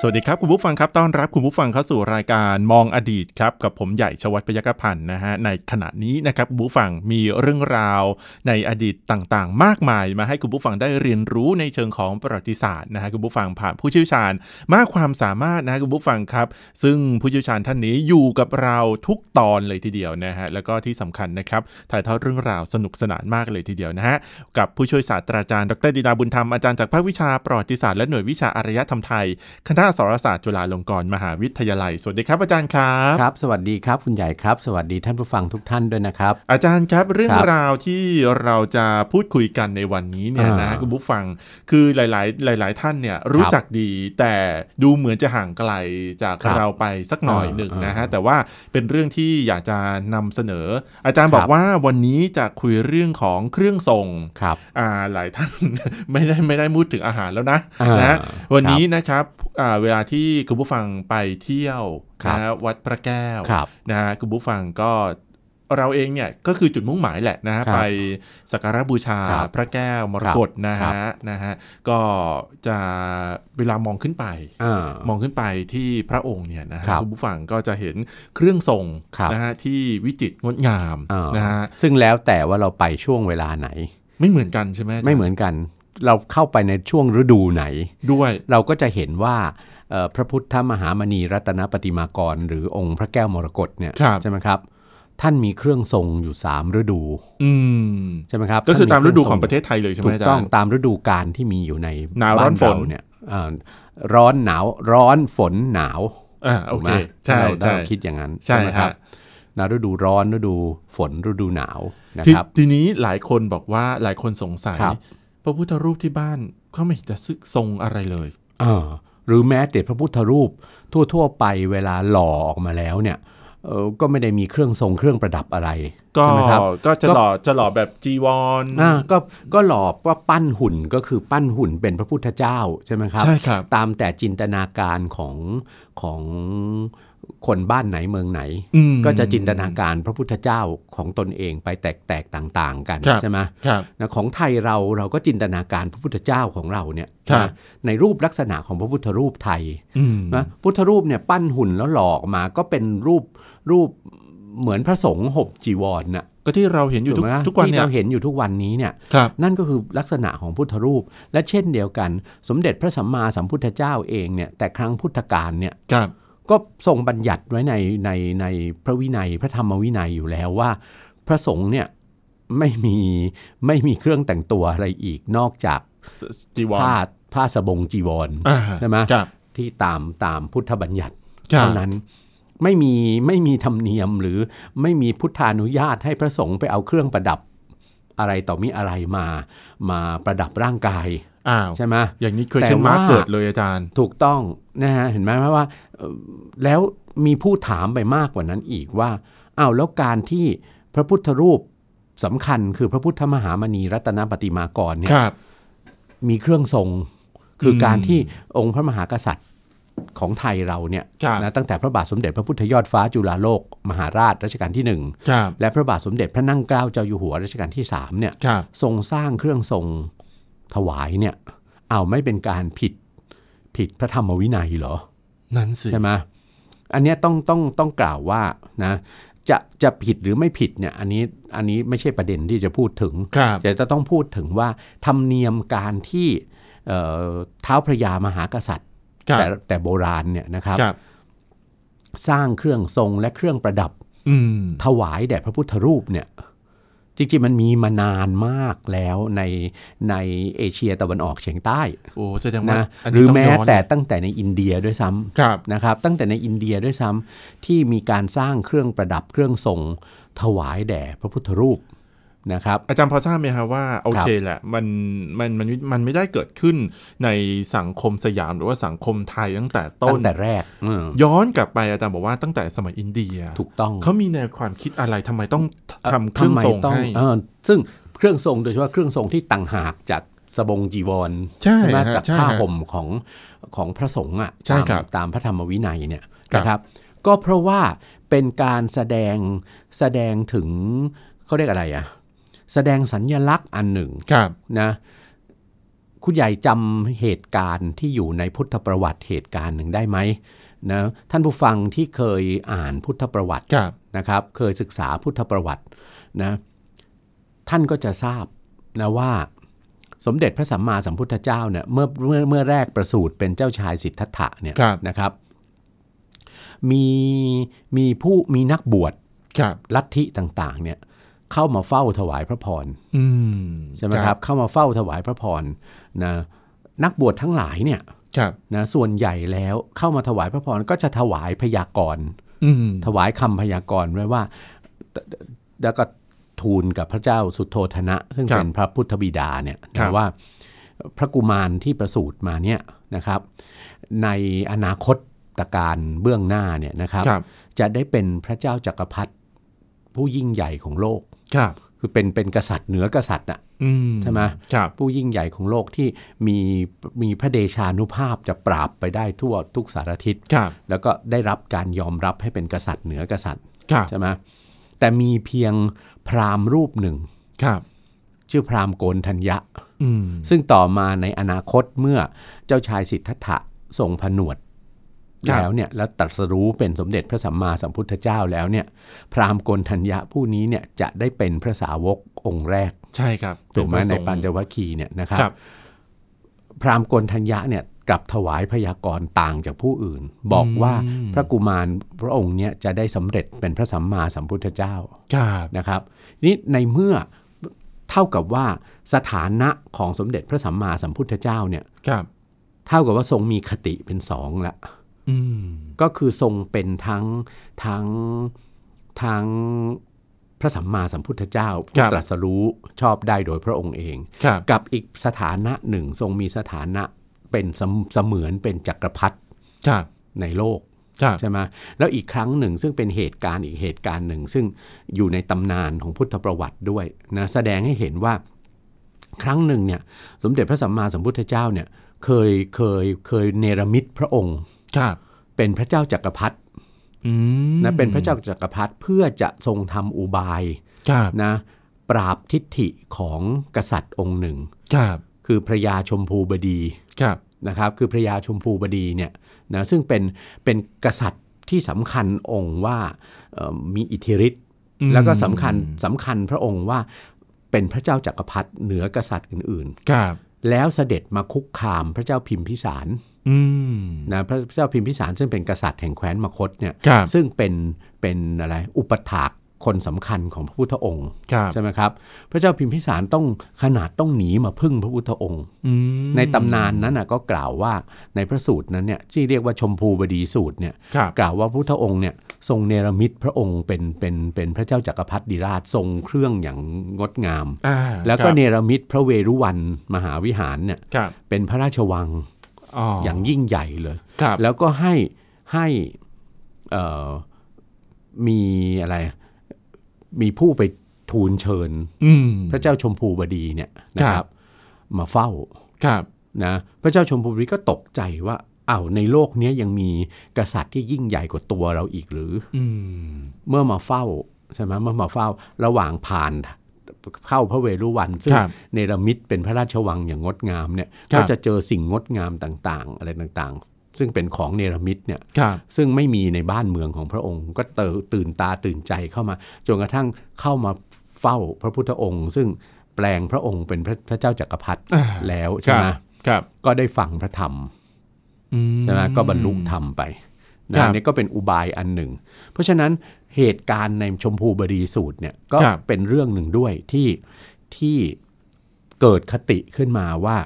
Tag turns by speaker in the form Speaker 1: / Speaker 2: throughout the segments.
Speaker 1: สวัสดีครับ คุณผู้ฟังครับต้อนรับคุณผู้ฟังเข้าสู่รายการมองอดีตครับ กับผมใหญ่ชวัฒน์พยกพันธ์นะฮะในขณะนี้นะครับคุณผู้ฟังมีเรื่องราวในอดีตต่างๆ มากมาย มาให้คุณผู้ฟังได้เรียนรู้ในเชิงของประวัติศาสตร์นะฮะคุณผู้ฟังผ่านผู้เชี่ยวชาญ มากความสามารถนะฮะคุณผู้ฟังครับ ซึ่งผู้เชี่ยวชาญท่านนี้อยู่กับเราทุกตอนเลยทีเดียวนะฮะแล้วก็ที่สำคัญนะครับถ่ายทอดเรื่องราวสนุกสนานมากเลยทีเดียวนะฮะ กับผู้ช่วยศาสตราจารย์ดรดิดาบุญธรรม อาจารย์จากภาควิชาประวัติศาสตร์และหน่วยวิชาอารยธรรมไทย คณะสารศาสตร์จุฬาลงกรณ์มหาวิทยาลัย สวัสดีครับอาจารย์ครับ
Speaker 2: ครับ สวัสดีครับ คุณใหญ่ครับ สวัสดีท่านผู้ฟังทุกท่านด้วยนะครับ
Speaker 1: อาจารย์ครับเรื่อง
Speaker 2: ครับ
Speaker 1: ราวที่เราจะพูดคุยกันในวันนี้เนี่ยนะ
Speaker 2: อ่า
Speaker 1: คุณผู้ฟังคือหลาย ๆ หลาย ๆ ท่านเนี่ยรู้จักดี แต่ดูเหมือนจะห่างไกลจาก
Speaker 2: ครับ
Speaker 1: เราไปสักหน่อย
Speaker 2: อ่า
Speaker 1: หนึ่ง
Speaker 2: อ่าน
Speaker 1: นะฮะแต่ว่าเป็นเรื่องที่อยากจะนำเสนอ อาจารย์
Speaker 2: ครับ บ
Speaker 1: อกว่าวันนี้จะคุยเรื่องของเครื่องทรง
Speaker 2: ครับ
Speaker 1: อ่าหลายท่าน ไม่ได้ไม่ได้พูดถึงอาหารแล้วนะ
Speaker 2: อ่าน
Speaker 1: นะวันนี้นะครับอ่าเวลาที่คุณผู้ฟังไปเที่ยว
Speaker 2: ครับ
Speaker 1: นะวัดพระแก้ว
Speaker 2: ครับ
Speaker 1: นะฮะคุณผู้ฟังก็เราเองเนี่ยก็คือจุดมุ่งหมายแหละนะฮะ
Speaker 2: ครับ
Speaker 1: ไปสักการะบูชา
Speaker 2: ครับ
Speaker 1: พระแก้วมรกตนะ
Speaker 2: ครั
Speaker 1: ฮะ
Speaker 2: บ
Speaker 1: นะฮะก็จะเวลามองขึ้นไป
Speaker 2: อ่า
Speaker 1: มองขึ้นไปที่พระองค์เนี่ยนะฮะ
Speaker 2: ครับ
Speaker 1: คุณผู้ฟังก็จะเห็นเครื่องทรง
Speaker 2: ครับ
Speaker 1: นะฮะที่วิจิตรงดงาม
Speaker 2: อ่าน
Speaker 1: นะฮะ
Speaker 2: ซึ่งแล้วแต่ว่าเราไปช่วงเวลาไหน
Speaker 1: ไม่เหมือนกันใช่ไหมอาจารย์
Speaker 2: ไม่เหมือนกัน เราเข้าไปในช่วงฤดูไหน
Speaker 1: ด้วย
Speaker 2: เราก็จะเห็นว่าเอ่อพระพุทธมหามณีรัตนปฏิมากร หรือองค์พระแก้วมรกตเนี่ย
Speaker 1: ครับ
Speaker 2: ใช่ไหมครับ ท่านมีเครื่องทรงอยู่ 3 ฤดู
Speaker 1: อืม
Speaker 2: ใช่ไหมครับ
Speaker 1: ก็คือตามฤดู
Speaker 2: ท่น
Speaker 1: ของ
Speaker 2: ค
Speaker 1: ป
Speaker 2: ท
Speaker 1: ระเทศไทยเลยใช่ไหม
Speaker 2: ถูก
Speaker 1: อาจารย์
Speaker 2: ต้องตามฤดูกาลที่มีอยู่ใน
Speaker 1: หนาวร้อน
Speaker 2: บ้เ
Speaker 1: ฝน
Speaker 2: เนี่ยเอ่อร้อนหนาวร้อนฝนหนาว
Speaker 1: อ่าโอเค
Speaker 2: ถูกไหม
Speaker 1: ใช่
Speaker 2: เรา
Speaker 1: ใช่
Speaker 2: เราคิดอย่างนั้น
Speaker 1: ใช่
Speaker 2: ไหมครับ
Speaker 1: ฮะ
Speaker 2: นะฤดูร้อนฤดูฝนฤดูหนาวนะ
Speaker 1: ที
Speaker 2: ครับ
Speaker 1: ทีนี้หลายคนบอกว่าหลายคนสงสัย
Speaker 2: ครับ
Speaker 1: พระพุทธรูปที่บ้านเขาไม่เห็นจะซึกทรงอะไรเลย
Speaker 2: เออหรือแม้แต่พระพุทธรูปทั่ว ๆ ไปเวลาหล่อออกมาแล้วเนี่ยเออก็ไม่ได้มีเครื่องทรงเครื่องประดับอะไร
Speaker 1: ก็
Speaker 2: ใช่ไหมครับ
Speaker 1: ก็จะ
Speaker 2: ก็
Speaker 1: หล่อจะหล่อแบบจีวร
Speaker 2: อ่าก็ก็หลอกว่าปั้นหุ่นก็คือปั้นหุ่นเป็นพระพุทธเจ้าใช่ไหมครับ
Speaker 1: ใช่ครับ
Speaker 2: ตามแต่จินตนาการของของคนบ้านไหนเมืองไหน
Speaker 1: อืม
Speaker 2: ก็จะจินตนาการพระพุทธเจ้าของตนเองไปแตกๆต่าง ๆ กัน
Speaker 1: ครับ
Speaker 2: ใช่ไหม
Speaker 1: ครับ
Speaker 2: นะของไทยเราเราก็จินตนาการพระพุทธเจ้าของเราเนี่ย
Speaker 1: ครับ
Speaker 2: นะในรูปลักษณะของพระพุทธรูปไทย
Speaker 1: อืม
Speaker 2: นะพุทธรูปเนี่ยปั้นหุ่นแล้วหลอออกมาก็เป็นรูปรูปเหมือนพระสงฆ์ห่มจีวรน่ะ
Speaker 1: ก็ที่เราเห็นอยู่ทุ
Speaker 2: ถู
Speaker 1: ก
Speaker 2: ไหมฮะ
Speaker 1: ทุกวัน
Speaker 2: ที่
Speaker 1: เนี่ย
Speaker 2: เราเห็นอยู่ทุกวันนี้เนี่ย
Speaker 1: ครับ
Speaker 2: นั่นก็คือลักษณะของพุทธรูป และเช่นเดียวกัน สมเด็จพระสัมมาสัมพุทธเจ้าเองเนี่ยแต่ครั้งพุทธกาลเนี่ย
Speaker 1: ครับ
Speaker 2: ก็ทรงบัญญัติไว้ในในในพระวินัยพระธรรมวินัยอยู่แล้วว่า พระสงฆ์เนี่ยไม่มีไม่มีเครื่องแต่งตัวอะไรอีกนอกจาก
Speaker 1: จีวร
Speaker 2: ผ้าผ้าสบงจีวร
Speaker 1: อ่า
Speaker 2: ใช่ไหม
Speaker 1: ครับ
Speaker 2: ที่ตามตามพุทธบัญญัติ
Speaker 1: ครับ
Speaker 2: เท่านั้นไม่มีไม่มีธรรมเนียมหรือไม่มีพุทธานุญาตให้พระสงฆ์ไปเอาเครื่องประดับอะไรต่อมีอะไรมา มาประดับร่างกาย
Speaker 1: อ้าว
Speaker 2: ใช่ไหม
Speaker 1: อย่างนี้เคย
Speaker 2: แต่
Speaker 1: เช่นม้า
Speaker 2: ว่า
Speaker 1: เกิดเลยอาจารย์
Speaker 2: ถูกต้องนะฮะเห็นไหมว่าเอ่อแล้วมีผู้ถามไปมากกว่านั้นอีกว่าอ้าวแล้วการที่พระพุทธรูปสำคัญคือพระพุทธมหามณีรัตนปฏิมากรเนี่
Speaker 1: ค
Speaker 2: ย
Speaker 1: รับ
Speaker 2: มีเครื่องทรง คืออ
Speaker 1: ม
Speaker 2: การที่องค์พระมหากษัตริย์ของไทยเราเนี่ย
Speaker 1: ครับ
Speaker 2: นะตั้งแต่พระบาทสมเด็จพระพุทธยอดฟ้าจุฬาโลก มหาราชรัชกาลที่หนึ่ง
Speaker 1: ครับ
Speaker 2: และพระบาทสมเด็จพระนั่งเกล้าเจ้าอยู่หัวรัชกาลที่สามเนี่ย
Speaker 1: ครับ
Speaker 2: ทรงสร้างเครื่องทรงถวายเนี่ยเอาวไม่เป็นการผิดผิดพระธรรมวินัยเหรอ
Speaker 1: นั่นสิ
Speaker 2: ใช่ไหมอันเนี้ยต้องต้องต้องกล่าวว่านะจะจะผิดหรือไม่ผิดเนี่ยอันนี้อันนี้ไม่ใช่ประเด็นที่จะพูดถึง
Speaker 1: ครับ
Speaker 2: แต่จะต้องพูดถึงว่าธรรมเนียมการที่เอ่อเท้าวพระยามหากษัตริย์
Speaker 1: ครับ
Speaker 2: แต่แต่โบราณเนี่ยนะครับ
Speaker 1: ครับ
Speaker 2: สร้างเครื่องทรงและเครื่องประดับ
Speaker 1: อืม
Speaker 2: ถวายแด่พระพุทธรูปเนี่ยจริงๆมันมีมานานมากแล้วในในเอเชียตะวันออกเฉียงใต้
Speaker 1: โอ้แสดงว่า
Speaker 2: นะ
Speaker 1: น
Speaker 2: ห
Speaker 1: นี้
Speaker 2: รือง แม้
Speaker 1: ย้น
Speaker 2: แต่ตั้งแต่ในอินเดียด้วยซ้ำ
Speaker 1: ครับ
Speaker 2: นะครับตั้งแต่ในอินเดียด้วยซ้ำที่มีการสร้างเครื่องประดับเครื่องทรงถวายแด่พระพุทธรูป นะครับ
Speaker 1: อาจารย์พอทราบไหมฮะว่าโอเคแหละมันมันมันมันไม่ได้เกิดขึ้นในสังคมสยามหรือว่าสังคมไทยตั้งแต่ต้
Speaker 2: ตั้
Speaker 1: น
Speaker 2: งแต่แรกอืม
Speaker 1: ย้อนกลับไปอาจารย์บอกว่าตั้งแต่สมัยอินเดีย
Speaker 2: ถูกต้อง
Speaker 1: เขามีแนวความคิดอะไรทำไมต้องทำเครื่อง
Speaker 2: ทำไม
Speaker 1: ทรง
Speaker 2: ต้
Speaker 1: ให้
Speaker 2: เออซึ่งเครื่องทรงโดยเฉพาะเครื่องทรงที่ต่างหากจากสบงจีวร
Speaker 1: ใช่
Speaker 2: ไหม
Speaker 1: ฮะ
Speaker 2: จาก
Speaker 1: ใช่ฮะ
Speaker 2: ผ้าห่มของของพระสงฆ์อ่ะ
Speaker 1: ใช่
Speaker 2: ตาม
Speaker 1: ครับ
Speaker 2: ตามพระธรรมวินัยเนี่ย
Speaker 1: ครับ
Speaker 2: นะครับ ก็เพราะว่าเป็นการแสดงแสดงถึงเขาเรียกอะไรอ่ะแสดงสัญญลักษณ์อันหนึ่ง
Speaker 1: ครับ
Speaker 2: นะคุณใหญ่จำเหตุการณ์ที่อยู่ในพุทธประวัติเหตุการณ์หนึ่งได้ไหมนะท่านผู้ฟังที่เคยอ่านพุทธประวัติ
Speaker 1: ครับ
Speaker 2: นะครับเคยศึกษาพุทธประวัตินะท่านก็จะทราบนะว่าสมเด็จพระสัมมาสัมพุทธเจ้าเนี่ยเมื่อเมื่อเมื่อแรกประสูติเป็นเจ้าชายสิทธัตถะเนี่ย
Speaker 1: ครับ
Speaker 2: นะครับมีมีผู้มีนักบวช
Speaker 1: ครับ
Speaker 2: ลัทธิต่างๆเนี่ยเข้ามาเฝ้าถวายพระพร
Speaker 1: อืม
Speaker 2: ใช่ไหมครับเข้ามาเฝ้าถวายพระพรนะนักบวชทั้งหลายเนี่ย
Speaker 1: ครับ
Speaker 2: นะส่วนใหญ่แล้วเข้ามาถวายพระพรก็จะถวายพยากรณ์
Speaker 1: อืม
Speaker 2: ถวายคำพยากรณ์ไว้ว่าตแล้วก็ทูลกับพระเจ้าสุโธธนะ ซึ่ง
Speaker 1: ครับ
Speaker 2: เป็นพระพุทธบิดาเนี่ย
Speaker 1: ครั
Speaker 2: นะ
Speaker 1: บ
Speaker 2: ว่าพระกุมารที่ประสูติมาเนี่ยนะครับ ในอนาคตตการเบื้องหน้าเนี่ยนะครับ
Speaker 1: ครับ
Speaker 2: จะได้เป็นพระเจ้าจักรพรรดิผู้ยิ่งใหญ่ของโลก
Speaker 1: ครับ
Speaker 2: คือเป็นเป็นกษัตริย์เหนือกษัตริย์น่ะ
Speaker 1: อืม
Speaker 2: ใช่ไหม
Speaker 1: ครับ
Speaker 2: ผู้ยิ่งใหญ่ของโลกที่มีมีพระเดชานุภาพจะปราบไปได้ทั่วทุกสารทิศ
Speaker 1: ครับ
Speaker 2: แล้วก็ได้รับการยอมรับให้เป็นกษัตริย์เหนือกษัตริย์
Speaker 1: ครับ
Speaker 2: ใช่ไหมแต่มีเพียงพราหมณ์รูปหนึ่ง
Speaker 1: ครับ
Speaker 2: ชื่อพราหมณ์โกนธัญญะ
Speaker 1: อืม
Speaker 2: ซึ่งต่อมาในอนาคตเมื่อเจ้าชายสิทธัตถะทรงผนวดแล้วเนี่ยแล้วตรัสรู้เป็นสมเด็จพระสัมมาสัมพุทธเจ้าแล้วเนี่ยพราหมณ์โกนธัญญะผู้นี้เนี่ยจะได้เป็นพระสาวกองค์แรก
Speaker 1: ใช่ครับ
Speaker 2: ถูกไห
Speaker 1: เป็พ
Speaker 2: ม
Speaker 1: ระส
Speaker 2: ใน
Speaker 1: งฆ์
Speaker 2: ปัญจวัคคีย์เนี่ยนะครับ
Speaker 1: ครับ
Speaker 2: พราหมณ์โกนธัญญะเนี่ยกลับถวายพยากรณ์ต่างจากผู้อื่น บอกว่า
Speaker 1: อืม
Speaker 2: พระกุมารพระองค์เนี่ยจะได้สำเร็จเป็นพระสัมมาสัมพุทธเจ้า
Speaker 1: ครับ
Speaker 2: นะครับนี่ในเมื่อเท่ากับว่าสถานะของสมเด็จพระสัมมาสัมพุทธเจ้าเนี่ย
Speaker 1: ครับ
Speaker 2: เท่ากับว่าทรงมีคติเป็นสองละ
Speaker 1: อืม
Speaker 2: ก็คือทรงเป็นทั้งทั้งทั้งพระสัมมาสัมพุทธเจ้าผู้ตรัสรู้ชอบได้โดยพระองค์เอง
Speaker 1: ครับ
Speaker 2: กับอีกสถานะหนึ่งทรงมีสถานะเป็นเสมเสมือนเป็นจักรพรรดิ
Speaker 1: ครับ
Speaker 2: ในโลก
Speaker 1: ครับ
Speaker 2: ใช่ไหมแล้วอีกครั้งหนึ่งซึ่งเป็นเหตุการณ์อีกเหตุการณ์หนึ่ง ซึ่งอยู่ในตำนานของพุทธประวัติด้วยนะแสดงให้เห็นว่าครั้งหนึ่งเนี่ยสมเด็จพระสัมมาสัมพุทธเจ้าเนี่ยเคยเคยเคยเนรมิตพระองค์
Speaker 1: ครับ
Speaker 2: เป็นพระเจ้าจักรพรรดิ
Speaker 1: อืม
Speaker 2: นะเป็นพระเจ้าจักรพรรดิเพื่อจะทรงทำอุบาย
Speaker 1: ครับ
Speaker 2: นะปราบทิฏฐิของกษัตริย์องค์หนึ่ง
Speaker 1: ครับ
Speaker 2: คือพระยาชมพูบดี
Speaker 1: ครับ
Speaker 2: นะครับคือพระยาชมพูบดีเนี่ยนะซึ่งเป็นเป็นกษัตริย์ที่สำคัญองค์ว่าเอ่อมีอิทธิฤทธิ์
Speaker 1: อืม
Speaker 2: แล้วก็สำคัญสำคัญพระองค์ว่าเป็นพระเจ้าจักรพรรดิเหนือกษัตริย์อื่น
Speaker 1: ครับ
Speaker 2: ๆ แล้วเสด็จมาคุกคามพระเจ้าพิมพิสาร
Speaker 1: อืม
Speaker 2: นะพระพระเจ้าพิมพิสารซึ่งเป็นกษัตริย์แห่งแคว้นมคตเนี่ย
Speaker 1: ครับ
Speaker 2: ซึ่งเป็นเป็นอะไรอุปถากคนสำคัญของพระพุทธองค์
Speaker 1: ครับ
Speaker 2: ใช่ไหมครับพระเจ้าพิมพิสารต้องขนาดต้องหนีมาพึ่งพระพุทธองค์
Speaker 1: อืม
Speaker 2: ในตำนานนั้นนะก็กล่าวว่าในพระสูตรนั้นเนี่ยที่เรียกว่าชมพูบดีสูตรเนี่ย
Speaker 1: ครับ
Speaker 2: กล่าวว่าพุทธองค์เนี่ยทรงเนรมิตพระองค์เป็นเป็นเป็นพระเจ้าจักรพรรดิราชทรงเครื่องอย่างงดงาม
Speaker 1: อ่า
Speaker 2: แล้วก็
Speaker 1: ครับ
Speaker 2: เนรมิตพระเวรุวันมหาวิหารเนี่ย
Speaker 1: ครับ
Speaker 2: เป็นพระราชวัง
Speaker 1: อ๋อ
Speaker 2: อย่างยิ่งใหญ่เลย
Speaker 1: ครับ
Speaker 2: แล้วก็ให้ให้เอ่อมีอะไรมีผู้ไปทูลเชิญ
Speaker 1: อืม
Speaker 2: พระเจ้าชมพูบดีเนี่ยนะค
Speaker 1: ครั
Speaker 2: รับ บมาเฝ้า
Speaker 1: ครับ
Speaker 2: นะพระเจ้าชมพูบดีก็ตกใจว่าอ้าวในโลกเนี้ยยังมีกษัตริย์ที่ยิ่งใหญ่กว่าตัวเราอีกหรือ
Speaker 1: อืม
Speaker 2: เมื่อมาเฝ้าใช่ไหมเมื่อมาเฝ้าระหว่างผ่านเข้าพระเวรุวันซึ่
Speaker 1: ค
Speaker 2: ง
Speaker 1: รับ
Speaker 2: เนรมิตเป็นพระราชวังอย่างงดงามเนี่ย
Speaker 1: ครับ
Speaker 2: ก็จะเจอสิ่งงดงามต่างๆ อะไรต่างๆ ซึ่งเป็นของเนรมิตเนี่ย
Speaker 1: ครับ
Speaker 2: ซึ่งไม่มีในบ้านเมืองของพระองค์ ก็เตอตื่นตาตื่นใจเข้ามาจนกระทั่งเข้ามาเฝ้าพระพุทธองค์ ซึ่งแปลงพระองค์เป็นพระพระเจ้าจักรพรรดิ
Speaker 1: อ่า
Speaker 2: แล้วใช่ไหม
Speaker 1: ครับ
Speaker 2: ก็ได้ฟังพระธรรม
Speaker 1: อืม
Speaker 2: ใช่ไหมก็บรรลุธรรมไป
Speaker 1: ครับ
Speaker 2: นะอันนี่ก็เป็นอุบายอันหนึ่ง เพราะฉะนั้นเหตุการณ์ในชมพูบดีสูตรเนี่ยก็
Speaker 1: ครับ
Speaker 2: เป็นเรื่องหนึ่งด้วยที่ที่เกิดคติขึ้นมาว่า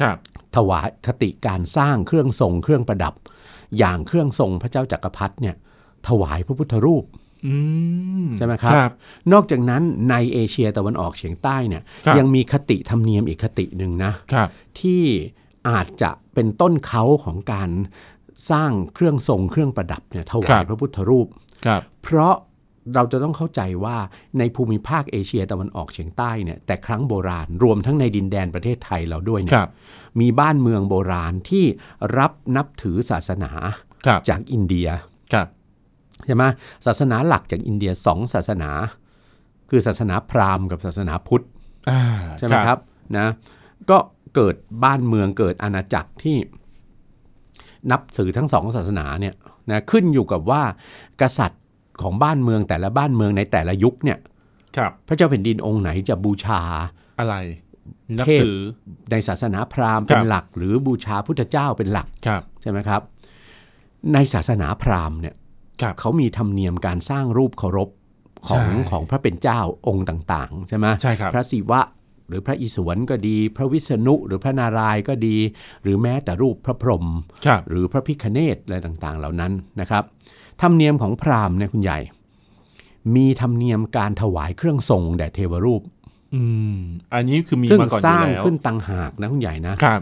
Speaker 1: ครับ
Speaker 2: ถวายคติการสร้างเครื่องทรงเครื่องประดับ อย่างเครื่องทรงพระเจ้าจักรพรรดิเนี่ยถวายพระพุทธรูป
Speaker 1: อืม
Speaker 2: ใช่ไหมครับ
Speaker 1: ครับ
Speaker 2: นอกจากนั้นในเอเชียตะวันออกเฉียงใต้เนี่ย
Speaker 1: ครับ
Speaker 2: ยังมีคติธรรมเนียมอีกคติหนึ่งนะ
Speaker 1: ครับ
Speaker 2: ที่อาจจะเป็นต้นเขาของการสร้างเครื่องทรงเครื่องประดับเนี่ยถวายพระพุทธรูป
Speaker 1: ครับ
Speaker 2: เพราะเราจะต้องเข้าใจว่าในภูมิภาคเอเชียตะวันออกเฉียงใต้เนี่ยแต่ครั้งโบราณรวมทั้งในดินแดนประเทศไทยเราด้วยเนี่
Speaker 1: ค
Speaker 2: ย
Speaker 1: รับ
Speaker 2: มีบ้านเมืองโบราณที่รับนับถือศาสนา
Speaker 1: ครับ
Speaker 2: จากอินเดีย
Speaker 1: ครับ
Speaker 2: ใช่ไหมศาสนาหลักจากอินเดียสองศาสนา คือศาสนาพราหมณ์กับศาสนาพุทธ
Speaker 1: อ่า
Speaker 2: ใช่ไหมครับนะก็เกิดบ้านเมืองเกิดอาณาจักรที่นับถือทั้งสองศาสนาเนี่ยนะขึ้นอยู่กับว่ากษัตริย์ของบ้านเมืองแต่ละบ้านเมืองในแต่ละยุคเนี่ย
Speaker 1: ครับ
Speaker 2: พระเจ้าแผ่นดินองค์ไหนจะบูชา
Speaker 1: อะไรนับ
Speaker 2: เทพ
Speaker 1: ถือ
Speaker 2: ในศาสนาพราหมณ์
Speaker 1: ครับ
Speaker 2: เป็นหลัก หรือบูชาพุทธเจ้าเป็นหลัก
Speaker 1: ครับ
Speaker 2: ใช่ไหมครับ ในศาสนาพราหมณ์เนี่ย
Speaker 1: ครับ
Speaker 2: เขามีธรรมเนียมการสร้างรูปเคารพของ
Speaker 1: ใช่
Speaker 2: ของพระเป็นเจ้าองค์ต่างๆใช่ไหม
Speaker 1: ใช่ครับ
Speaker 2: พระศิวะหรือพระอิศวรก็ดี พระวิษณุหรือพระนารายณ์ก็ดี หรือแม้แต่รูปพระพรหม
Speaker 1: ครับ
Speaker 2: หรือพระพิคเนตอะไรต่างๆ เหล่านั้นนะครับธรรมเนียมของพราหมณ์เนี่ยคุณใหญ่ มีธรรมเนียมการถวายเครื่องทรงแด่เทวรูป
Speaker 1: อืมอันนี้คือมี
Speaker 2: ซึ่ง
Speaker 1: มาก่อนอ
Speaker 2: ส
Speaker 1: ยู่
Speaker 2: ร้าง
Speaker 1: แล้ว
Speaker 2: ขึ้นต่างหากนะคุณใหญ่นะ
Speaker 1: ครับ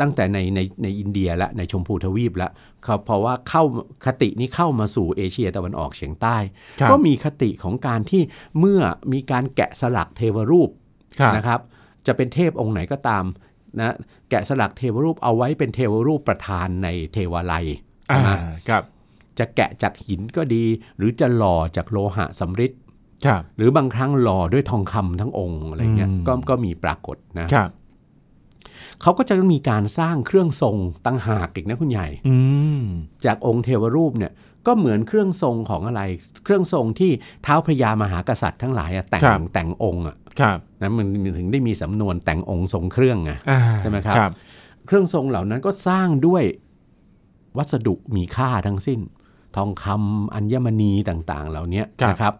Speaker 2: ตั้งแต่ในในในอินเดียและในชมพูทวีปและเขาเพราะว่าเข้าคตินี้เข้ามาสู่เอเชียตะวันออกเฉียงใต้
Speaker 1: ครับ
Speaker 2: ก็มีคติของการที่เมื่อมีการแกะสลักเทวรูป
Speaker 1: ครับ
Speaker 2: นะครับจะเป็นเทพองค์ไหนก็ตามนะแกะสลักเทวรูปเอาไว้เป็นเทวรูปประธานในเทวาลัย
Speaker 1: อ่า
Speaker 2: นะครับ จะแกะจากหินก็ดี หรือจะหล่อจากโลหะสำริด
Speaker 1: ครับ
Speaker 2: หรือบางครั้งหล่อด้วยทองคำทั้งองค์อะไรเงี้ยก็ก็มีปรากฏนะครับ เขาก็จะมีการสร้างเครื่องทรงตั้งหากอีกนะคุณใหญ่
Speaker 1: อืม
Speaker 2: จากองค์เทวรูปเนี่ยก็เหมือนเครื่องทรงของอะไร เครื่องทรงที่เท้าวพระยามหากษัตริย์ทั้งหลายอะแต่งแต่งองค์อะ
Speaker 1: ครับ
Speaker 2: นะมันถึงได้มีสำนวนแต่งองค์ทรงเครื่องไง
Speaker 1: อ่า
Speaker 2: ใช่ไหมครับ
Speaker 1: ครับ
Speaker 2: เครื่องทรงเหล่านั้นก็สร้างด้วยวัสดุมีค่าทั้งสิ้น ทองคำอัญมณีต่างๆ เหล่านี้นะครับ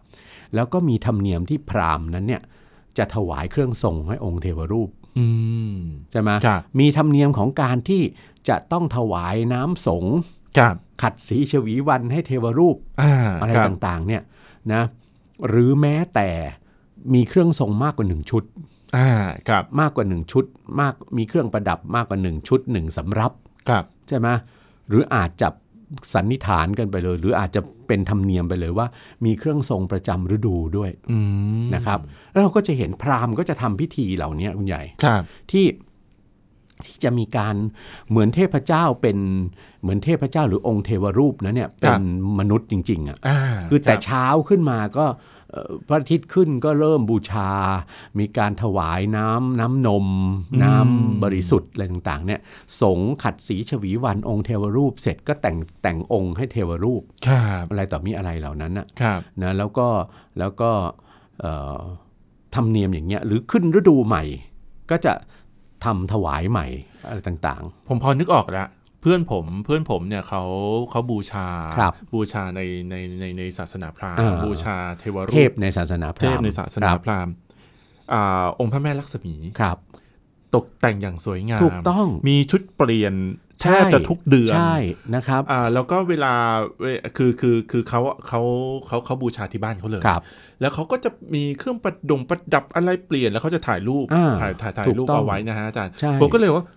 Speaker 2: แล้วก็มีธรรมเนียมที่พราหมณ์นั้นเนี่ยจะถวายเครื่องทรงให้องค์เทวรูป
Speaker 1: อืม
Speaker 2: ใช่ไหม
Speaker 1: ครับ
Speaker 2: มีธรรมเนียมของการที่จะต้องถวายน้ำสงฆ์
Speaker 1: ครับ
Speaker 2: ขัดสีชวีวันให้เทวรูป
Speaker 1: อ่า
Speaker 2: อะไร
Speaker 1: ครับ
Speaker 2: ต่างๆเนี่ยนะหรือแม้แต่มีเครื่องทรงมากกว่าหนึ่งชุด
Speaker 1: อ่าครับ
Speaker 2: มากกว่าหนึ่งชุด มากมีเครื่องประดับมากกว่าหนึ่งชุดหนึ่งสำรับ
Speaker 1: ครับ
Speaker 2: ใช่ไหมหรืออาจจะสันนิษฐานกันไปเลย หรืออาจจะเป็นธรรมเนียมไปเลยว่า มีเครื่องทรงประจำฤดูด้วย
Speaker 1: อืม
Speaker 2: นะครับ แล้วเราก็จะเห็นพราหมณ์ก็จะทำพิธีเหล่านี้คุณใหญ่
Speaker 1: ครับ
Speaker 2: ที่ที่จะมีการเหมือนเทพเจ้าเป็นเหมือนเทพเจ้าหรือองค์เทวรูปนะเนี่ยเป็นมนุษย์จริงๆอ่ะ
Speaker 1: อ่า
Speaker 2: คือแต่
Speaker 1: รับ
Speaker 2: เช้าขึ้นมาก็เอ่อพระอาทิตย์ขึ้นก็เริ่มบูชา มีการถวายน้ำน้ำนม น้ำบริสุทธิ์อะไรต่างๆเนี่ยสงฆ์ขัดสีชวีวันองค์เทวรูปเสร็จก็แต่งแต่งองค์ให้เทวรูป
Speaker 1: ครับ
Speaker 2: อะไรต่อมีอะไรเหล่านั้นน่ะ
Speaker 1: ครับ
Speaker 2: นะแล้วก็แล้วก็เอ่อธรรมเนียมอย่างเงี้ยหรือขึ้นฤดูใหม่ ก็จะทำถวายใหม่อะไรต่าง
Speaker 1: ผมพอนึกออกละเพื่อนผมเพื่อนผมเนี่ยเขาเขาบูชา
Speaker 2: ครับ
Speaker 1: ชาในในในในศาสนาพราหม
Speaker 2: อ่า
Speaker 1: ณ์บูชาเทว
Speaker 2: ๆ
Speaker 1: รู
Speaker 2: เท
Speaker 1: ป
Speaker 2: พในศาสนาพ
Speaker 1: เท
Speaker 2: รา
Speaker 1: พ
Speaker 2: หมณ์
Speaker 1: ในศาสนาพราหมณ์อ่าองค์พระแม่ลักษมี
Speaker 2: ครับ
Speaker 1: ตกแต่งอย่างสวยงาม
Speaker 2: ถูกต้อง
Speaker 1: มีชุดเปลี่ยนแท
Speaker 2: ใช่
Speaker 1: บจะทุกเดือน
Speaker 2: ใช่นะครับ
Speaker 1: อ่าแล้วก็เวลาเวคือคือคือเขาเขาเขาเขาบูชาที่บ้านเขาเลย
Speaker 2: ครับ
Speaker 1: แล้วเขาก็จะมีเครื่องประดงประดับอะไรเปลี่ยนแล้วเขาจะถ่ายรูป
Speaker 2: อ่า
Speaker 1: ถ่ายถ่ายถ่าย
Speaker 2: ถูก
Speaker 1: รูป
Speaker 2: ต้อง
Speaker 1: เอาไว้นะฮะอาจารย์
Speaker 2: ใช่
Speaker 1: ผมก็เลยว่า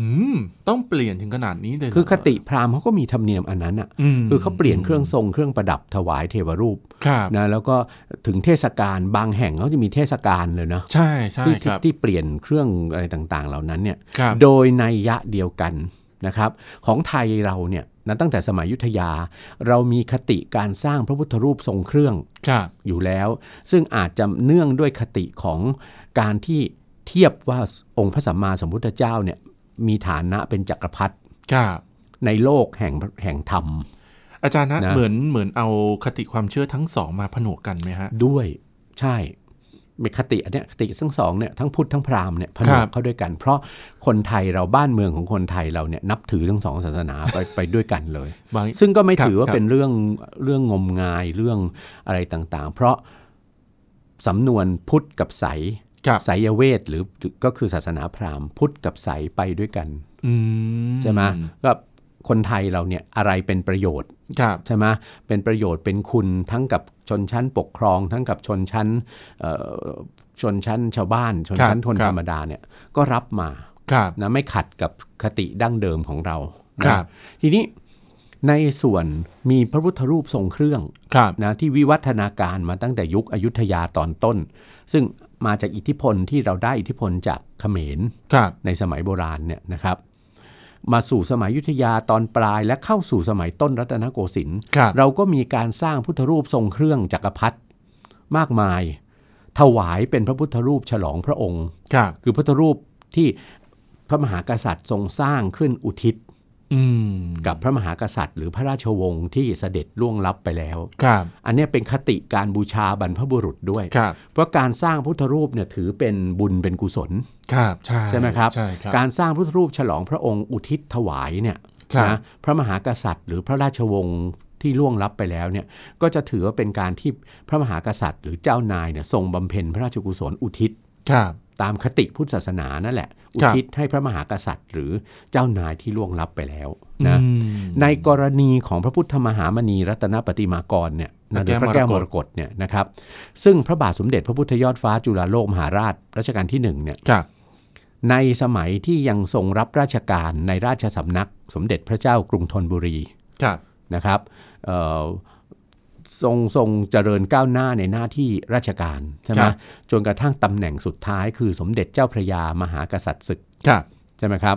Speaker 1: อืม ต้องเปลี่ยนถึงขนาดนี้เลยเหร
Speaker 2: คือคติพราหมณ์เขาก็มีธรรมเนียมอันนั้นอ่ะ
Speaker 1: อืม
Speaker 2: คือเขาเปลี่ยนเครื่องทรงเครื่องประดับถวายเทวรูป
Speaker 1: ครับ
Speaker 2: นะแล้วก็ถึงเทศกาลบางแห่งเขาจะมีเทศกาลเลยนะ
Speaker 1: ใช่ใช่
Speaker 2: ที่
Speaker 1: ค
Speaker 2: ที่
Speaker 1: รับ
Speaker 2: ที่เปลี่ยนเครื่องอะไรต่างๆ เหล่านั้นเนี่ย
Speaker 1: ครับ
Speaker 2: โดยในยยะเดียวกันนะครับ ของไทยเราเนี่ยนะตั้งแต่สมัยอยุทธยา เรามีคติการสร้างพระพุทธรูปทรงเครื่อง
Speaker 1: ครับ
Speaker 2: อยู่แล้ว ซึ่งอาจจะเนื่องด้วยคติของการที่เทียบว่าองค์พระสัมมาสัมพุทธเจ้าเนี่ยมีฐานะเป็นจักรพรรดิ
Speaker 1: ครับ
Speaker 2: ในโลกแห่งแห่งธรรม
Speaker 1: อาจารย์นะ
Speaker 2: นะ
Speaker 1: เหมือนเหมือนเอาคติความเชื่อทั้งสองมาผนวกกันไหมฮะ
Speaker 2: ด้วยใช่มีคติอันเนี้ยคติทั้งสองเนี่ยทั้งพุทธทั้งพราหมณ์เนี่ยผน
Speaker 1: ครั
Speaker 2: วก
Speaker 1: บ
Speaker 2: เข้าด้วยกัน เพราะคนไทยเราบ้านเมืองของคนไทยเราเนี่ยนับถือทั้งสองศาสนาไป ไปด้วยกันเลย
Speaker 1: บาง
Speaker 2: ซึ่งก็ไม่
Speaker 1: ครับ
Speaker 2: ถือว่า
Speaker 1: ครับ
Speaker 2: เป็นเรื่องเรื่องงมงายเรื่องอะไรต่างๆ เพราะสำนวนพุทธกับไสย
Speaker 1: ครับ
Speaker 2: ไสยเวทหรือก็คือศาสนาพราหมณ์พุทธกับไสยไปด้วยกัน
Speaker 1: อืม
Speaker 2: ใช่ไหมก็ คนไทยเราเนี่ยอะไรเป็นประโยชน์
Speaker 1: ครับ
Speaker 2: ใช่ไหมเป็นประโยชน์เป็นคุณทั้งกับชนชั้นปกครอง ทั้งกับชนชั้นเอ่อชนชั้นชาวบ้าน ชนชั้นคนธรรมดาเนี่ยก็รับมา
Speaker 1: ครับ
Speaker 2: นะไม่ขัดกับคติดั้งเดิมของเรานะครับ ทีนี้ในส่วนมีพระพุทธรูปทรงเครื่อง
Speaker 1: ครับ
Speaker 2: นะที่วิวัฒนาการมาตั้งแต่ยุคอยุธยาตอนต้น ซึ่งมาจากอิทธิพลที่เราได้อิทธิพลจากเขมร
Speaker 1: ครับ
Speaker 2: ในสมัยโบราณเนี่ยนะครับ มาสู่สมัยอยุทธยาตอนปลายและเข้าสู่สมัยต้นรัตนโกสินทร์
Speaker 1: ครับ
Speaker 2: เราก็มีการสร้างพุทธรูปทรงเครื่องจักรพรรดิมากมาย ถวายเป็นพระพุทธรูปฉลองพระองค์
Speaker 1: ครับ
Speaker 2: คือพุทธรูปที่พระมหากษัตริย์ทรงสร้างขึ้นอุทิศ
Speaker 1: อืม
Speaker 2: กับพระมหากษัตริย์ หรือพระราชวงศ์ที่เสด็จล่วงลับไปแล้ว
Speaker 1: ครับ
Speaker 2: อันเนี้ยเป็นคติการบูชาบรรพบุรุษด้วย
Speaker 1: ครับ
Speaker 2: เพราะการสร้างพุทธรูปเนี่ยถือเป็นบุญเป็นกุศล
Speaker 1: ครับ ใช่
Speaker 2: ใช่ไหมครับ
Speaker 1: ใช่ครับ
Speaker 2: การสร้างพุทธรูปฉลองพระองค์อุทิศถวายเนี่ย
Speaker 1: ครับ
Speaker 2: นะพระมหากษัตริย์ หรือพระราชวงศ์ที่ล่วงลับไปแล้วเนี่ยก็จะถือว่าเป็นการที่พระมหากษัตริย์ หรือเจ้านายเนี่ยทรงบำเพ็ญพระราชกุศลอุทิศ
Speaker 1: ครับ
Speaker 2: ตามคติพุทธศาสนานั่นแหละ อุทิศให้พระมหากษัตริย์ หรือเจ้านายที่ล่วงลับไปแล้วนะ
Speaker 1: อืม
Speaker 2: ในกรณีของพระพุทธมหามณีรัตนปฏิมากรเนี่ยนะหรือพ
Speaker 1: พ
Speaker 2: ระ
Speaker 1: ระแก้
Speaker 2: แก้ว
Speaker 1: ว
Speaker 2: ม
Speaker 1: ม
Speaker 2: ร
Speaker 1: รกต
Speaker 2: กตเนี่ยนะครับ ซึ่งพระบาทสมเด็จพระพุทธยอดฟ้าจุฬาโลกมหาราชรัชกาลที่หนึ่งเนี่ย
Speaker 1: ครับ
Speaker 2: ในสมัยที่ยังทรงรับราชการในราชสำนักสมเด็จพระเจ้ากรุงธนบุรี
Speaker 1: ครับ
Speaker 2: นะครับเอ่อทรงทรงเจริญก้าวหน้าในหน้าที่ราชการใช่ไหม
Speaker 1: ครับ
Speaker 2: จนกระทั่งตำแหน่งสุดท้ายคือสมเด็จเจ้าพระยามหากษัตริย์ศึก
Speaker 1: ครับ
Speaker 2: ใช่ไหมครับ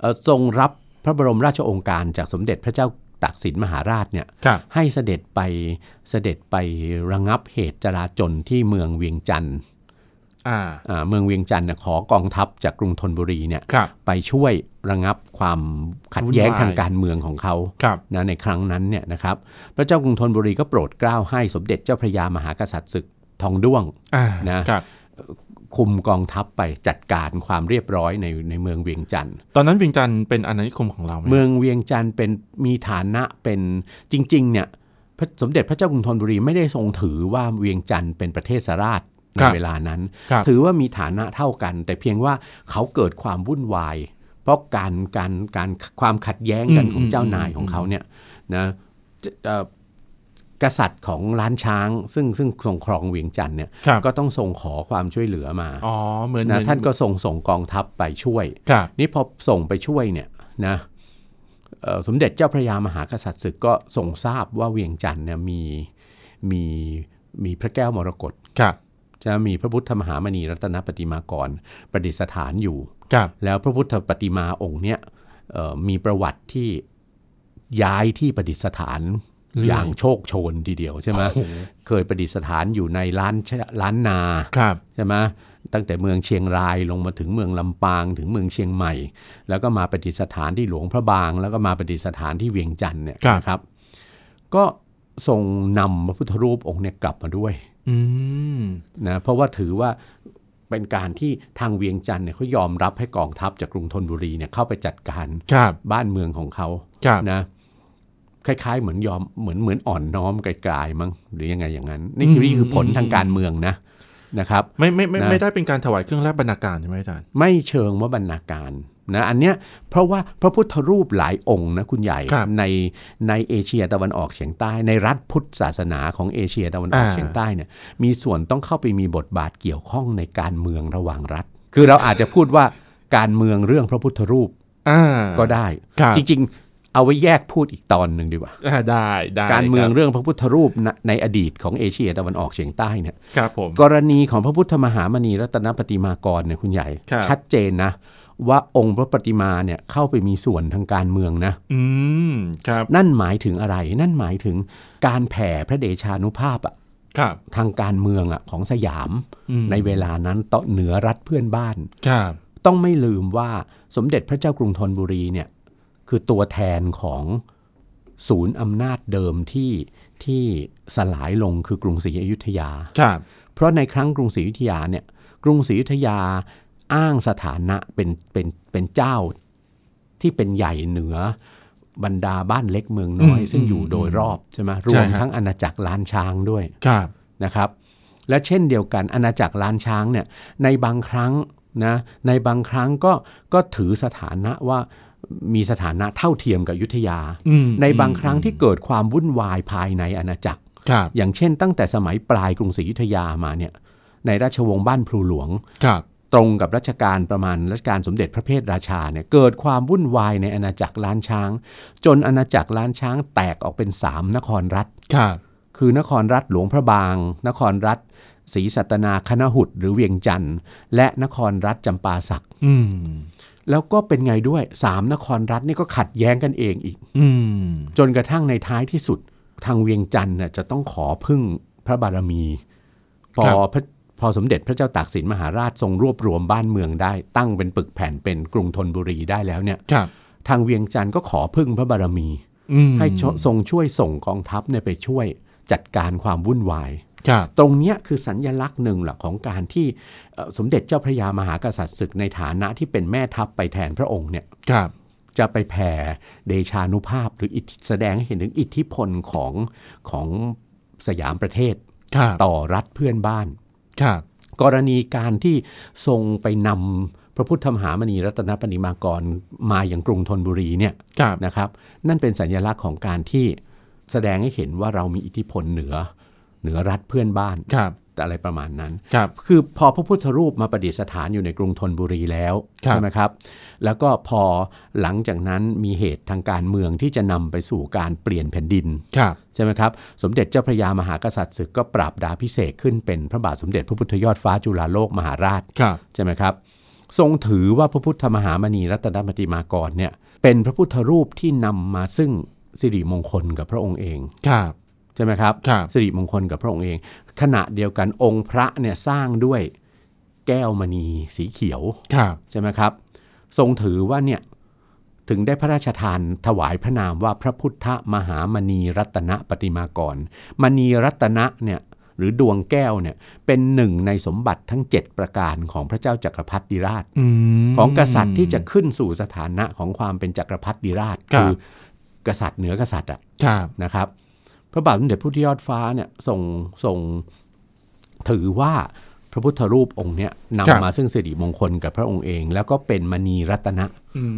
Speaker 2: เอ่อทรงรับพระบรมราชโองการจากสมเด็จพระเจ้าตากสินมหาราชเนี่ย
Speaker 1: ครับ
Speaker 2: ให้เสด็จไปเสด็จไประงับเหตุจราจนที่เมืองเวียงจันทร์
Speaker 1: อ่า
Speaker 2: อ่าเมืองเวียงจันทร์เนี่ยขอกองทัพจากกรุงธนบุรีเนี่ย
Speaker 1: ครับ
Speaker 2: ไปช่วยระงับความขัดแย้ง
Speaker 1: วุ่นวาย
Speaker 2: ทางการเมืองของเขา
Speaker 1: ครับ
Speaker 2: นะในครั้งนั้นเนี่ยนะครับพระเจ้ากรุงธนบุรีก็โปรดเกล้าให้สมเด็จเจ้าพระยามหากษัตริย์ศึกทองด้วง
Speaker 1: อ่า
Speaker 2: นะ
Speaker 1: ครับ
Speaker 2: คุมกองทัพไปจัดการความเรียบร้อยในในเมืองเวียงจันทร์
Speaker 1: ตอนนั้นวิงจันทร์เป็นอาณานิคมของเราไหม
Speaker 2: เมืองเวียงจันทร์เป็นมีฐานะเป็นจริงๆเนี่ยพระสมเด็จพระเจ้ากรุงธนบุรีไม่ได้ทรงถือว่าเวียงจันทร์เป็นประเทศสราชในเวลานั้น
Speaker 1: ครับ
Speaker 2: ถือว่ามีฐานะเท่ากัน แต่เพียงว่าเขาเกิดความวุ่นวาย เพราะการการการความขัดแย้งกัน
Speaker 1: อืม
Speaker 2: ของเจ้า
Speaker 1: อืม
Speaker 2: นายของเขาเนี่ยนะจะเอ่อกษัตริย์ของล้านช้าง ซึ่งซึ่งทรงครองเวียงจันทร์เนี่ย
Speaker 1: ครับ
Speaker 2: ก็ต้องส่งขอความช่วยเหลือมา
Speaker 1: อ๋อ เหมือน
Speaker 2: นะ
Speaker 1: เหมือ
Speaker 2: ท่านก็ส่งส่งกองทัพไปช่วย
Speaker 1: ครับ
Speaker 2: นี่พอส่งไปช่วยเนี่ยนะเอ่อสมเด็จเจ้าพระยามหากษัตริย์ศึกก็ทรงทราบว่าเวียงจันทร์เนี่ยมีมีมีพระแก้วมรกต
Speaker 1: ครับ
Speaker 2: จะมีพระพุทธมหามณีรัตนปฏิมากร ประดิษฐานอยู่
Speaker 1: ครับ
Speaker 2: แล้วพระพุทธปฏิมาองค์เนี้ยเอ่อมีประวัติที่ย้ายที่ประดิษฐาน
Speaker 1: เรื่อย
Speaker 2: อย่างโชคโชนทีเดียวใช่ไหมเคยประดิษฐานอยู่ในร้านชะร้านนา
Speaker 1: ครับ
Speaker 2: ใช่ไหมตั้งแต่เมืองเชียงรายลงมาถึงเมืองลำปางถึงเมืองเชียงใหม่ แล้วก็มาประดิษฐานที่หลวงพระบาง แล้วก็มาประดิษฐานที่เวียงจันทร์เนี่ย
Speaker 1: ครับ
Speaker 2: นะครับ ก็ทรงนำพระพุทธรูปองค์เนี่ยกลับมาด้วย
Speaker 1: อืม
Speaker 2: นะเพราะว่าถือว่าเป็นการที่ทางเวียงจันทร์เนี่ยเขายอมรับให้กองทัพจากกรุงธนบุรีเนี่ยเข้าไปจัดการ
Speaker 1: ครับ
Speaker 2: บ้านเมืองของเขา
Speaker 1: ครับ
Speaker 2: นะคล้ายๆเหมือนยอมเหมือนเหมือนอ่อนน้อมไกลๆมั้งหรือยังไงอย่างนั้น นี่คื
Speaker 1: อื
Speaker 2: อ
Speaker 1: ม
Speaker 2: นี่คือผลทางการเมืองนะนะครับ
Speaker 1: ไม่ไม่ไม่
Speaker 2: นะ
Speaker 1: ไม่ได้เป็นการถวายเครื่องราชบรรณาการใช่ไหมอาจารย์
Speaker 2: ไม่เชิงว่าบรรณาการนะอันเนี้ยเพราะว่าพระพุทธรูปหลายองค์นะคุณใหญ่
Speaker 1: ครับ
Speaker 2: ในในเอเชียตะวันออกเฉียงใต้ ในรัฐพุทธศาสนาของเอเชียตะวันออกเฉียงใต้เนี่ยมีส่วนต้องเข้าไปมีบทบาทเกี่ยวข้องในการเมืองระหว่างรัฐ คือเราอาจจะพูดว่าการเมืองเรื่องพระพุทธรูป
Speaker 1: อ่า
Speaker 2: ก็ได้
Speaker 1: ครับ
Speaker 2: จริงๆ เอาไว้แยกพูดอีกตอนหนึ่งดีกว่า
Speaker 1: อ่าได้ได้
Speaker 2: การเมือง
Speaker 1: คบ
Speaker 2: เรื่องพระพุทธรูปณในอดีตของเอเชียตะวันออกเฉียงใต้เนี่ย
Speaker 1: ครับผม
Speaker 2: กรณีของพระพุทธมหามณีรัตนปฏิมากรเนี่ยคุณใหญ่
Speaker 1: ครับ
Speaker 2: ชัดเจนนะ ว่าองค์พระปฏิมาเนี่ยเข้าไปมีส่วนทางการเมืองนะ
Speaker 1: อืม ครับ
Speaker 2: นั่นหมายถึงอะไร นั่นหมายถึงการแผ่พระเดชานุภาพอะ
Speaker 1: ครับ
Speaker 2: ทางการเมืองอะของสยาม
Speaker 1: อืม
Speaker 2: ในเวลานั้นต่อเหนือรัฐเพื่อนบ้าน
Speaker 1: ครับ
Speaker 2: ต้องไม่ลืมว่าสมเด็จพระเจ้ากรุงธนบุรีเนี่ยคือตัวแทนของศูนย์อำนาจเดิมที่ที่สลายลงคือกรุงศรีอยุธยา
Speaker 1: ครับ
Speaker 2: เพราะในครั้งกรุงศรีอยุธยาเนี่ยกรุงศรีอยุธยาอ้างสถานะเป็นเป็นเป็นเจ้าที่เป็นใหญ่เหนือบรรดาบ้านเล็กเมืองน้อย
Speaker 1: อืม
Speaker 2: ซึ่งอยู่
Speaker 1: อืม
Speaker 2: โดยรอบใช่ไหมร
Speaker 1: ใช่
Speaker 2: วม
Speaker 1: ครับ
Speaker 2: ทั้งอาณาจักรล้านช้างด้วย
Speaker 1: ครับ
Speaker 2: นะครับ และเช่นเดียวกันอาณาจักรล้านช้างเนี่ยในบางครั้งนะในบางครั้งก็ก็ถือสถานะว่า มีสถานะเท่าเทียมกับอยุธยา
Speaker 1: อืม
Speaker 2: ในบางครั้งที่เกิดความวุ่นวายภายในอาณาจักร
Speaker 1: ครับ
Speaker 2: อย่างเช่น ตั้งแต่สมัยปลายกรุงศรีอยุธยามาเนี่ยในราชวงศ์บ้านพลูหลวง
Speaker 1: ครับ
Speaker 2: ตรงกับรัชกาลประมาณรัชกาลสมเด็จพระเพทราชาเนี่ยเกิดความวุ่นวายในอาณาจักรล้านช้าง จนอาณาจักรล้านช้างแตกออกเป็น 3 นครรัฐ
Speaker 1: ครับ
Speaker 2: คือนครรัฐหลวงพระบาง นครรัฐศรีสัตนาคณหุดหรือเวียงจันทร์และนครรัฐจำปาสัก
Speaker 1: อืม
Speaker 2: แล้วก็เป็นไงด้วย 3 นครรัฐนี่ก็ขัดแย้งกันเองอีก
Speaker 1: อืม
Speaker 2: จนกระทั่งในท้ายที่สุดทางเวียงจันทร์น่ะจะต้องขอพึ่งพระบารมี พอพระพอสมเด็จพระเจ้าตากสินมหาราชทรงรวบรวมบ้านเมืองได้ ตั้งเป็นปึกแผ่นเป็นกรุงธนบุรีได้แล้วเนี่ย
Speaker 1: ครับ
Speaker 2: ทางเวียงจันทร์ก็ขอพึ่งพระบารมี
Speaker 1: อืม
Speaker 2: ให้ชทรงช่วยส่งกองทัพเนี่ยไปช่วยจัดการความวุ่นวาย
Speaker 1: ครับ
Speaker 2: ตรงเนี้ยคือสัญญลักษณ์หนึ่งหลักของการที่เอ่อสมเด็จเจ้าพระยามหากษัตริย์ศึกในฐานะที่เป็นแม่ทัพไปแทนพระองค์เนี่ย
Speaker 1: ครับ
Speaker 2: จะไปแผ่เดชานุภาพหรืออิทธิแสดงให้เห็นถึงอิทธิพลของของสยามประเทศ
Speaker 1: ครับ
Speaker 2: ต่อรัฐเพื่อนบ้าน
Speaker 1: ครับ
Speaker 2: กรณีการที่ทรงไปนำพระพุทธมหามณีรัตนปณิมากรมาอย่างกรุงธนบุรีเนี่ย
Speaker 1: ครับ
Speaker 2: นะครับ นั่นเป็นสัญลักษณ์ของการที่แสดงให้เห็นว่าเรามีอิทธิพลเหนือเหนือรัฐเพื่อนบ้าน
Speaker 1: ครับ
Speaker 2: อะไรประมาณนั้น
Speaker 1: ครับ
Speaker 2: คือพอพระพุทธรูปมาประดิษฐานอยู่ในกรุงธนบุรีแล้ว
Speaker 1: ครับ
Speaker 2: ใช่ไหมครับ แล้วก็พอหลังจากนั้นมีเหตุทางการเมืองที่จะนำไปสู่การเปลี่ยนแผ่นดิน
Speaker 1: ครับ
Speaker 2: ใช่ไหมครับ สมเด็จเจ้าพระยามหากษัตริย์ศึกก็ปราบดาพิเศษกขึ้นเป็นพระบาทสมเด็จพระพุทธยอดฟ้าจุฬาโลกมหาราช
Speaker 1: ครับ
Speaker 2: ใช่ไหมครับ ทรงถือว่าพระพุทธมหามณีรัตนปฏิมากรเนี่ยเป็นพระพุทธรูปที่นำมาซึ่งสิริมงคลกับพระองค์เอง
Speaker 1: ครับ
Speaker 2: ใช่ไหมครับ
Speaker 1: ครับ
Speaker 2: สิริมงคลกับพระองค์เอง ขณะเดียวกันองค์พระเนี่ยสร้างด้วยแก้วมณีสีเขียว
Speaker 1: ครับ
Speaker 2: ใช่ไหมครับ ทรงถือว่าเนี่ยถึงได้พระราชทานถวายพระนามว่าพระพุทธมหามณีรัตนปฏิมากร มณีรัตนะเนี่ยหรือดวงแก้วเนี่ยเป็นหนึ่งในสมบัติทั้ง 7 ประการของพระเจ้าจักรพรรดิราช
Speaker 1: อืม
Speaker 2: ของกษัตริย์ที่จะขึ้นสู่สถานะของความเป็นจักรพรรดิราช
Speaker 1: ครับ
Speaker 2: กษัตริย์เหนือกษัตริย์อะ
Speaker 1: ครับ
Speaker 2: นะครับพระบาทสมเด็จพระพุทธยอดฟ้าเนี่ยส่งส่งถือว่าพระพุทธรูปองค์เนี้ย
Speaker 1: ครับ
Speaker 2: นำมาซึ่งสิริมงคลกับพระองค์เอง แล้วก็เป็นมณีรัตนะ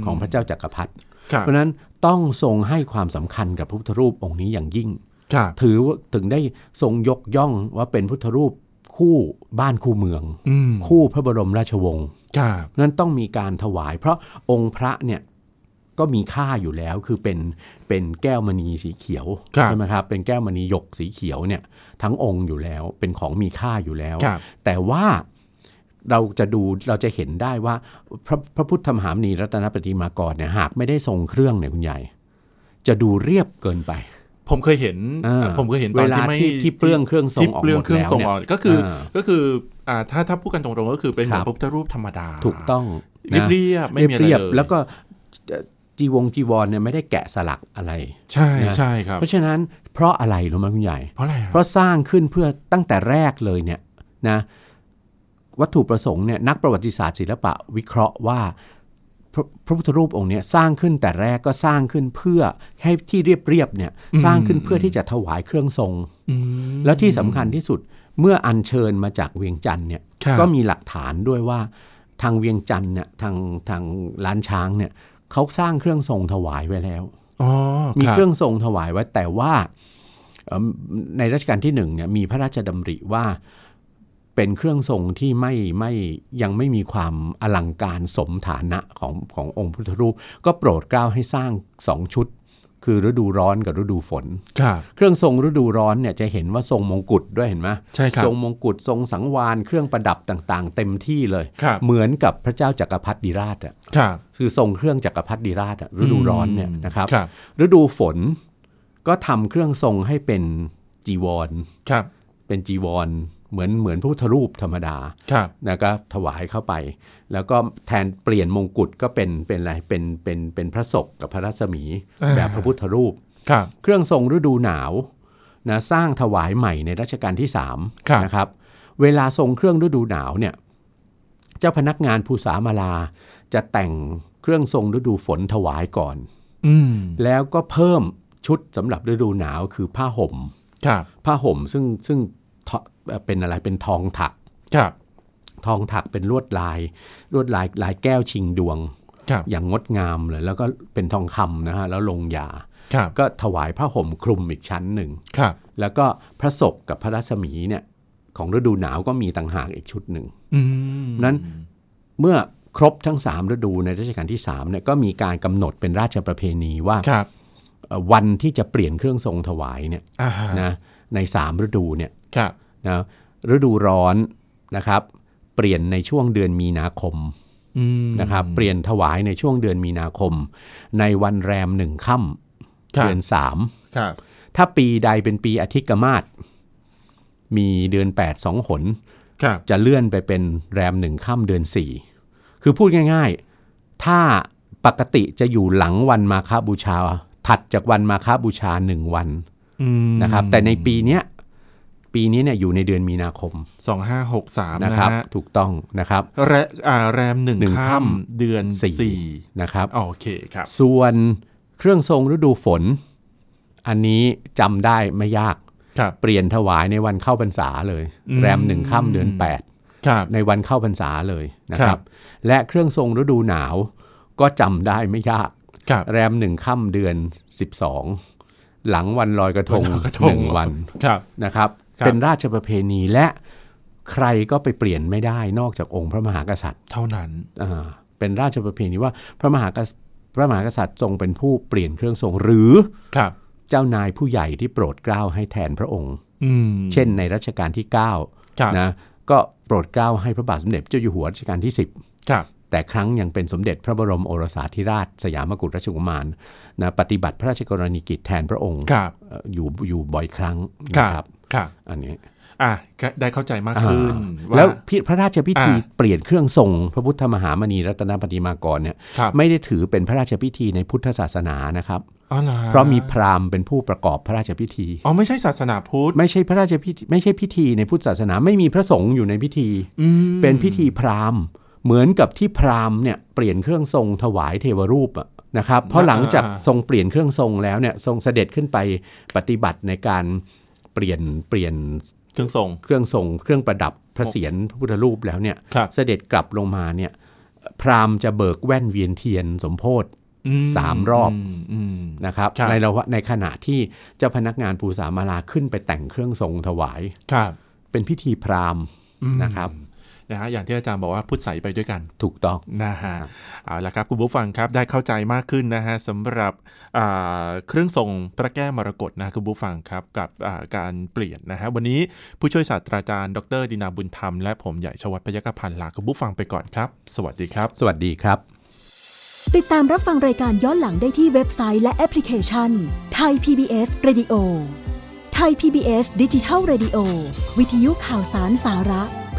Speaker 2: ของพระเจ้าจักรพรรดิ
Speaker 1: ครับ
Speaker 2: เพราะฉะนั้นต้องทรงให้ความสำคัญกับพระพุทธรูปองค์นี้อย่างยิ่ง
Speaker 1: ครับ
Speaker 2: ถือว่าถึงได้ทรงยกย่องว่าเป็นพุทธรูปคู่บ้านคู่เมือง
Speaker 1: อืม
Speaker 2: คู่พระบรมราชวงศ์
Speaker 1: ครับ
Speaker 2: เพราะฉะนั้นต้องมีการถวาย เพราะองค์พระเนี่ยก็มีค่าอยู่แล้วคือเป็นเป็นแก้วมณีสีเขียว
Speaker 1: ครับ
Speaker 2: ใช่ไหมครับเป็นแก้วมณีหยกสีเขียวเนี่ยทั้งองค์อยู่แล้วเป็นของมีค่าอยู่แล้ว
Speaker 1: ครับ
Speaker 2: แต่ว่าเราจะดูเราจะเห็นได้ว่าพระพระพุทธมหามณีรัตนปฏิมากรเนี่ยหากไม่ได้ทรงเครื่องเนี่ยคุณใหญ่ จะดูเรียบเกินไป
Speaker 1: ผมเคยเห็น
Speaker 2: อ่า
Speaker 1: ผมเคยเห็นต
Speaker 2: เว
Speaker 1: อน
Speaker 2: ลา
Speaker 1: ที่ไม่
Speaker 2: ที่ที่เปลื้องเครื่องทรง
Speaker 1: ที่
Speaker 2: ออก
Speaker 1: เปลื้อง
Speaker 2: หมด
Speaker 1: เครื่อง
Speaker 2: แล้ว
Speaker 1: ทรงออกก็คืออา ก็คืออ่าถ้าถ้าพูดกันตรงๆก็คือเป็นเหมือ
Speaker 2: ครั
Speaker 1: น
Speaker 2: บ
Speaker 1: พระพุทธรูปธรรมดา
Speaker 2: ถูกต้อง
Speaker 1: เรียบเรียบ
Speaker 2: นะ
Speaker 1: ๆไม่มีอะไร
Speaker 2: เรียบ
Speaker 1: เลย
Speaker 2: ๆแล้วก็เอ่อจีวงจีวรเนี่ยไม่ได้แกะสลักอะไร
Speaker 1: ใช่
Speaker 2: นะ
Speaker 1: ใช่ครับ
Speaker 2: เพราะฉะนั้นเพราะอะไรรู้ไหมคุณใหญ่
Speaker 1: เพราะอะไรอะ
Speaker 2: เพราะสร้างขึ้นเพื่อตั้งแต่แรกเลยเนี่ยนะวัตถุประสงค์เนี่ยนักประวัติศาสตร์ศิลปะวิเคราะห์ว่าพระพระพุทธรูปองค์เนี้ยสร้างขึ้นแต่แรกก็สร้างขึ้นเพื่อให้ที่เรียบๆเนี่ยสร้างขึ้นเพื่อที่จะถวายเครื่องทรง
Speaker 1: อืม
Speaker 2: แล้วที่สำคัญที่สุดเมื่ออัญเชิญมาจากเวียงจันทร์เนี่ย
Speaker 1: ครับ
Speaker 2: ก็มีหลักฐานด้วยว่าทางเวียงจันทร์เนี่ยทางทางล้านช้างเนี่ยเขาสร้างเครื่องทรงถวายไว้แล้ว
Speaker 1: อ๋อ
Speaker 2: มี
Speaker 1: บ
Speaker 2: เครื่องทรงถวายไว้แต่ว่าเอิ่มในรัชกาลที่หนึ่งเนี่ยมีพระราชดำริว่าเป็นเครื่องทรงที่ไม่ไม่ยังไม่มีความอลังการสมฐานะของขององค์พุทธรูป ก็โปรดเกล้าให้สร้างสองชุด คือฤดูร้อนกับฤดูฝน
Speaker 1: ครับ
Speaker 2: เครื่องทรงฤดูร้อนเนี่ยจะเห็นว่าทรงมงกุฎด้วยเห็นไหม
Speaker 1: ใช่ครับ
Speaker 2: ทรงมงกุฎทรงสังวานเครื่องประดับต่าง ๆ เต็มที่เลย
Speaker 1: ครับ
Speaker 2: เหมือนกับพระเจ้าจักรพรรดิราชอะ
Speaker 1: ครับ
Speaker 2: คือทรงเครื่องจักรพรรดิราชอะฤดูร้อนเนี่ยนะครับ
Speaker 1: ครับ
Speaker 2: ฤดูฝนก็ทำเครื่องทรงให้เป็นจีวร
Speaker 1: ครับ
Speaker 2: เป็นจีวร เหมือนเหมือนพระพุทธรูปธรรมดา
Speaker 1: ครับ
Speaker 2: นะก็ถวายเข้าไป แล้วก็แทนเปลี่ยนมงกุฎก็เป็นเป็นอะไรเป็นเป็นเป็นพระศกกับพระรัศมีแบบพระพุทธรูป
Speaker 1: ครับ
Speaker 2: เครื่องทรงฤดูหนาวนะสร้างถวายใหม่ในรัชกาลที่
Speaker 1: ครับ
Speaker 2: 3นะครับ เวลาทรงเครื่องฤดูหนาวเนี่ยเจ้าพนักงานภูสามาลาจะแต่งเครื่องทรงฤดูฝนถวายก่อน
Speaker 1: อืม
Speaker 2: แล้วก็เพิ่มชุดสำหรับฤดูหนาวคือผ้าห่ม
Speaker 1: ครับ
Speaker 2: ผ้าห่มซึ่งซึ่งทอเอ่อเป็นอะไรเป็นทองถัก
Speaker 1: ครับ
Speaker 2: ทองถักเป็นลวดลาย ลวดลายลายแก้วชิงดวง
Speaker 1: ครับ
Speaker 2: อย่างงดงามเลย แล้วก็เป็นทองคำนะฮะแล้วลงยา
Speaker 1: ครับ
Speaker 2: ก็ถวายผ้าห่มคลุมอีกชั้นหนึ่ง
Speaker 1: ครับ
Speaker 2: แล้วก็พระศพกับพระรัศมีเนี่ยของฤดูหนาวก็มีต่างหากอีกชุดหนึ่ง
Speaker 1: อืม
Speaker 2: นั้น เมื่อครบทั้ง 3 ฤดูในรัชกาลที่3เนี่ยก็มีการกำหนดเป็นราชประเพณีว่า
Speaker 1: ครับ
Speaker 2: เอ่อวันที่จะเปลี่ยนเครื่องทรงถวายเนี่ย
Speaker 1: อ่า
Speaker 2: นะใน 3 ฤดูเนี่ย
Speaker 1: ครับ
Speaker 2: นะฤดูร้อนนะครับเปลี่ยนในช่วงเดือนมีนาคม
Speaker 1: อืม
Speaker 2: นะครับเปลี่ยนถวายในช่วงเดือนมีนาคม ในวันแรมหนึ่งค่ำ
Speaker 1: ครับ
Speaker 2: เดือนสาม
Speaker 1: ครับ
Speaker 2: ถ้าปีใดเป็นปีอธิกมาศมีเดือน 8 2หน
Speaker 1: ครับ
Speaker 2: จะเลื่อนไปเป็นแรมหนึ่งค่ำเดือน 4 คือพูดง่ายๆ ถ้าปกติจะอยู่หลังวันมาคบูชา ถัดจากวันมาคบูชา 1 วัน
Speaker 1: อืม
Speaker 2: นะครับ แต่ในปีเนี้ยปีนี้เนี่ยอยู่ในเดือนมีนาคม
Speaker 1: สองห้าหกสาม
Speaker 2: นะ
Speaker 1: นะค
Speaker 2: ครั
Speaker 1: รั
Speaker 2: บบ ถูกต้องนะครับ
Speaker 1: แรอ่าแรมหนึ่ง
Speaker 2: หนึ่ง
Speaker 1: ค่
Speaker 2: ค่
Speaker 1: ำเดือน
Speaker 2: สี่
Speaker 1: สี่
Speaker 2: นะครับ
Speaker 1: โอเคครับ
Speaker 2: ส่วนเครื่องทรงฤดูฝน อันนี้จำได้ไม่ยาก
Speaker 1: ครับ
Speaker 2: เปลี่ยนถวายในวันเข้าพรรษาเลย
Speaker 1: อืม
Speaker 2: แรมหนึ่งค่ำเดือน
Speaker 1: ครับ
Speaker 2: 8 ในวันเข้าพรรษาเลยนะค
Speaker 1: ครั
Speaker 2: รับ บ และเครื่องทรงฤดูหนาวก็จำได้ไม่ยาก
Speaker 1: ครับ
Speaker 2: แรมหนึ่งค่ำเดือน 12 หลังวันลอยกระทง
Speaker 1: กระท
Speaker 2: หนึ่งวัน
Speaker 1: ครับ
Speaker 2: นะครับ
Speaker 1: ครับ
Speaker 2: เป็นราชประเพณีและใครก็ไปเปลี่ยนไม่ได้นอกจากองค์พระมหากษัตริย์
Speaker 1: เท่านั้น
Speaker 2: อ่าเป็นราชประเพณีว่าพระมหากษัตริย์พระมหากษัตริย์ทรงเป็นผู้เปลี่ยนเครื่องทรงหรือ
Speaker 1: ครับ
Speaker 2: เจ้านายผู้ใหญ่ที่โปรดเกล้าให้แทนพระองค์
Speaker 1: อืม
Speaker 2: เช่นในรัชกาลที่
Speaker 1: ครับ
Speaker 2: 9นะก็โปรดเกล้าให้พระบาทสมเด็จพระเจ้าอยู่หัวรัชกาลที่
Speaker 1: ครับ
Speaker 2: 10 แต่ครั้งยังเป็นสมเด็จพระบรมโอรสาธิราช สยามกุฎราชกุมารนะปฏิบัติพระราชกรณีกิจแทนพระองค์
Speaker 1: ครับ
Speaker 2: เอ่ออยู่อยู่บ่อยครั้ง
Speaker 1: ค
Speaker 2: นะ
Speaker 1: รับครับ
Speaker 2: อันนี้
Speaker 1: อ่ะก็ได้เข้าใจมากขึ้น
Speaker 2: อ่า
Speaker 1: า
Speaker 2: แล้วพิพระราชพิธี
Speaker 1: อ่า
Speaker 2: เปลี่ยนเครื่องทรงพระพุทธมหามณีรัตนปฏิมากรเนี่ย
Speaker 1: ครับ
Speaker 2: ไม่ได้ถือเป็นพระราชพิธีในพุทธศาสนานะครับ
Speaker 1: อ๋อหอ
Speaker 2: เพราะมีพราหมณ์เป็นผู้ประกอบพระราชพิธี
Speaker 1: อ๋อไม่ใช่ศาสนาพุทธ
Speaker 2: ไม่ใช่พระราชพิธีไม่ใช่พิธีในพุทธศาสนาไม่มีพระสงฆ์อยู่ในพิธี
Speaker 1: อืม
Speaker 2: เป็นพิธีพราหมณ์เหมือนกับที่พราหมณ์เนี่ยเปลี่ยนเครื่องทรงถวายเทวรูปอะนะครับเพราะหลังจากทรงเปลี่ยนเครื่องทรงแล้วเนี่ยทรงเสด็จขึ้นไปปฏิบัติในการเปลี่ยนเปลี่ยน
Speaker 1: เครื่องทรง
Speaker 2: เครื่องทรง เครื่องประดับพระเศียรพระพุทธรูปแล้วเนี่ย
Speaker 1: ครับ
Speaker 2: เสด็จกลับลงมาเนี่ยพราหมณ์จะเบิกแว่นเวียนเทียนสมโพธ
Speaker 1: อื
Speaker 2: สามรอบ
Speaker 1: มอืม
Speaker 2: นะครับ
Speaker 1: ครับ
Speaker 2: ในระหว่างในขณะที่เจ้าพนักงานภูสามาลาขึ้นไปแต่งเครื่องทรงถวาย
Speaker 1: ครับ
Speaker 2: เป็นพิธีพราหมณ์
Speaker 1: อืม
Speaker 2: นะครับ
Speaker 1: นะฮะอย่างที่อาจารย์บอกว่าพุทธใสไปด้วยกัน
Speaker 2: ถูกต้อง
Speaker 1: นะฮะเอาละครับคุณผู้ฟังครับได้เข้าใจมากขึ้นนะฮะสำหรับอ่าเครื่องทรงพระแก้วมรกตนะคุณผู้ฟังครับกับอ่าการเปลี่ยนนะฮะวันนี้ผู้ช่วยศาสตราจารย์ดรดินาบุญธรรมและผมใหญ่ชวัฒน์พยกพันธ์ลาคุณผู้ฟังไปก่อนครับ สวัสดีครับ
Speaker 2: สวัสดีครับ
Speaker 3: ติดตามรับฟังรายการย้อนหลังได้ที่เว็บไซต์และแอปพลิเคชันไทย PBS Radio ไทย PBS ดิจิทัล Radio วิทยุข่าวสารสาระ เ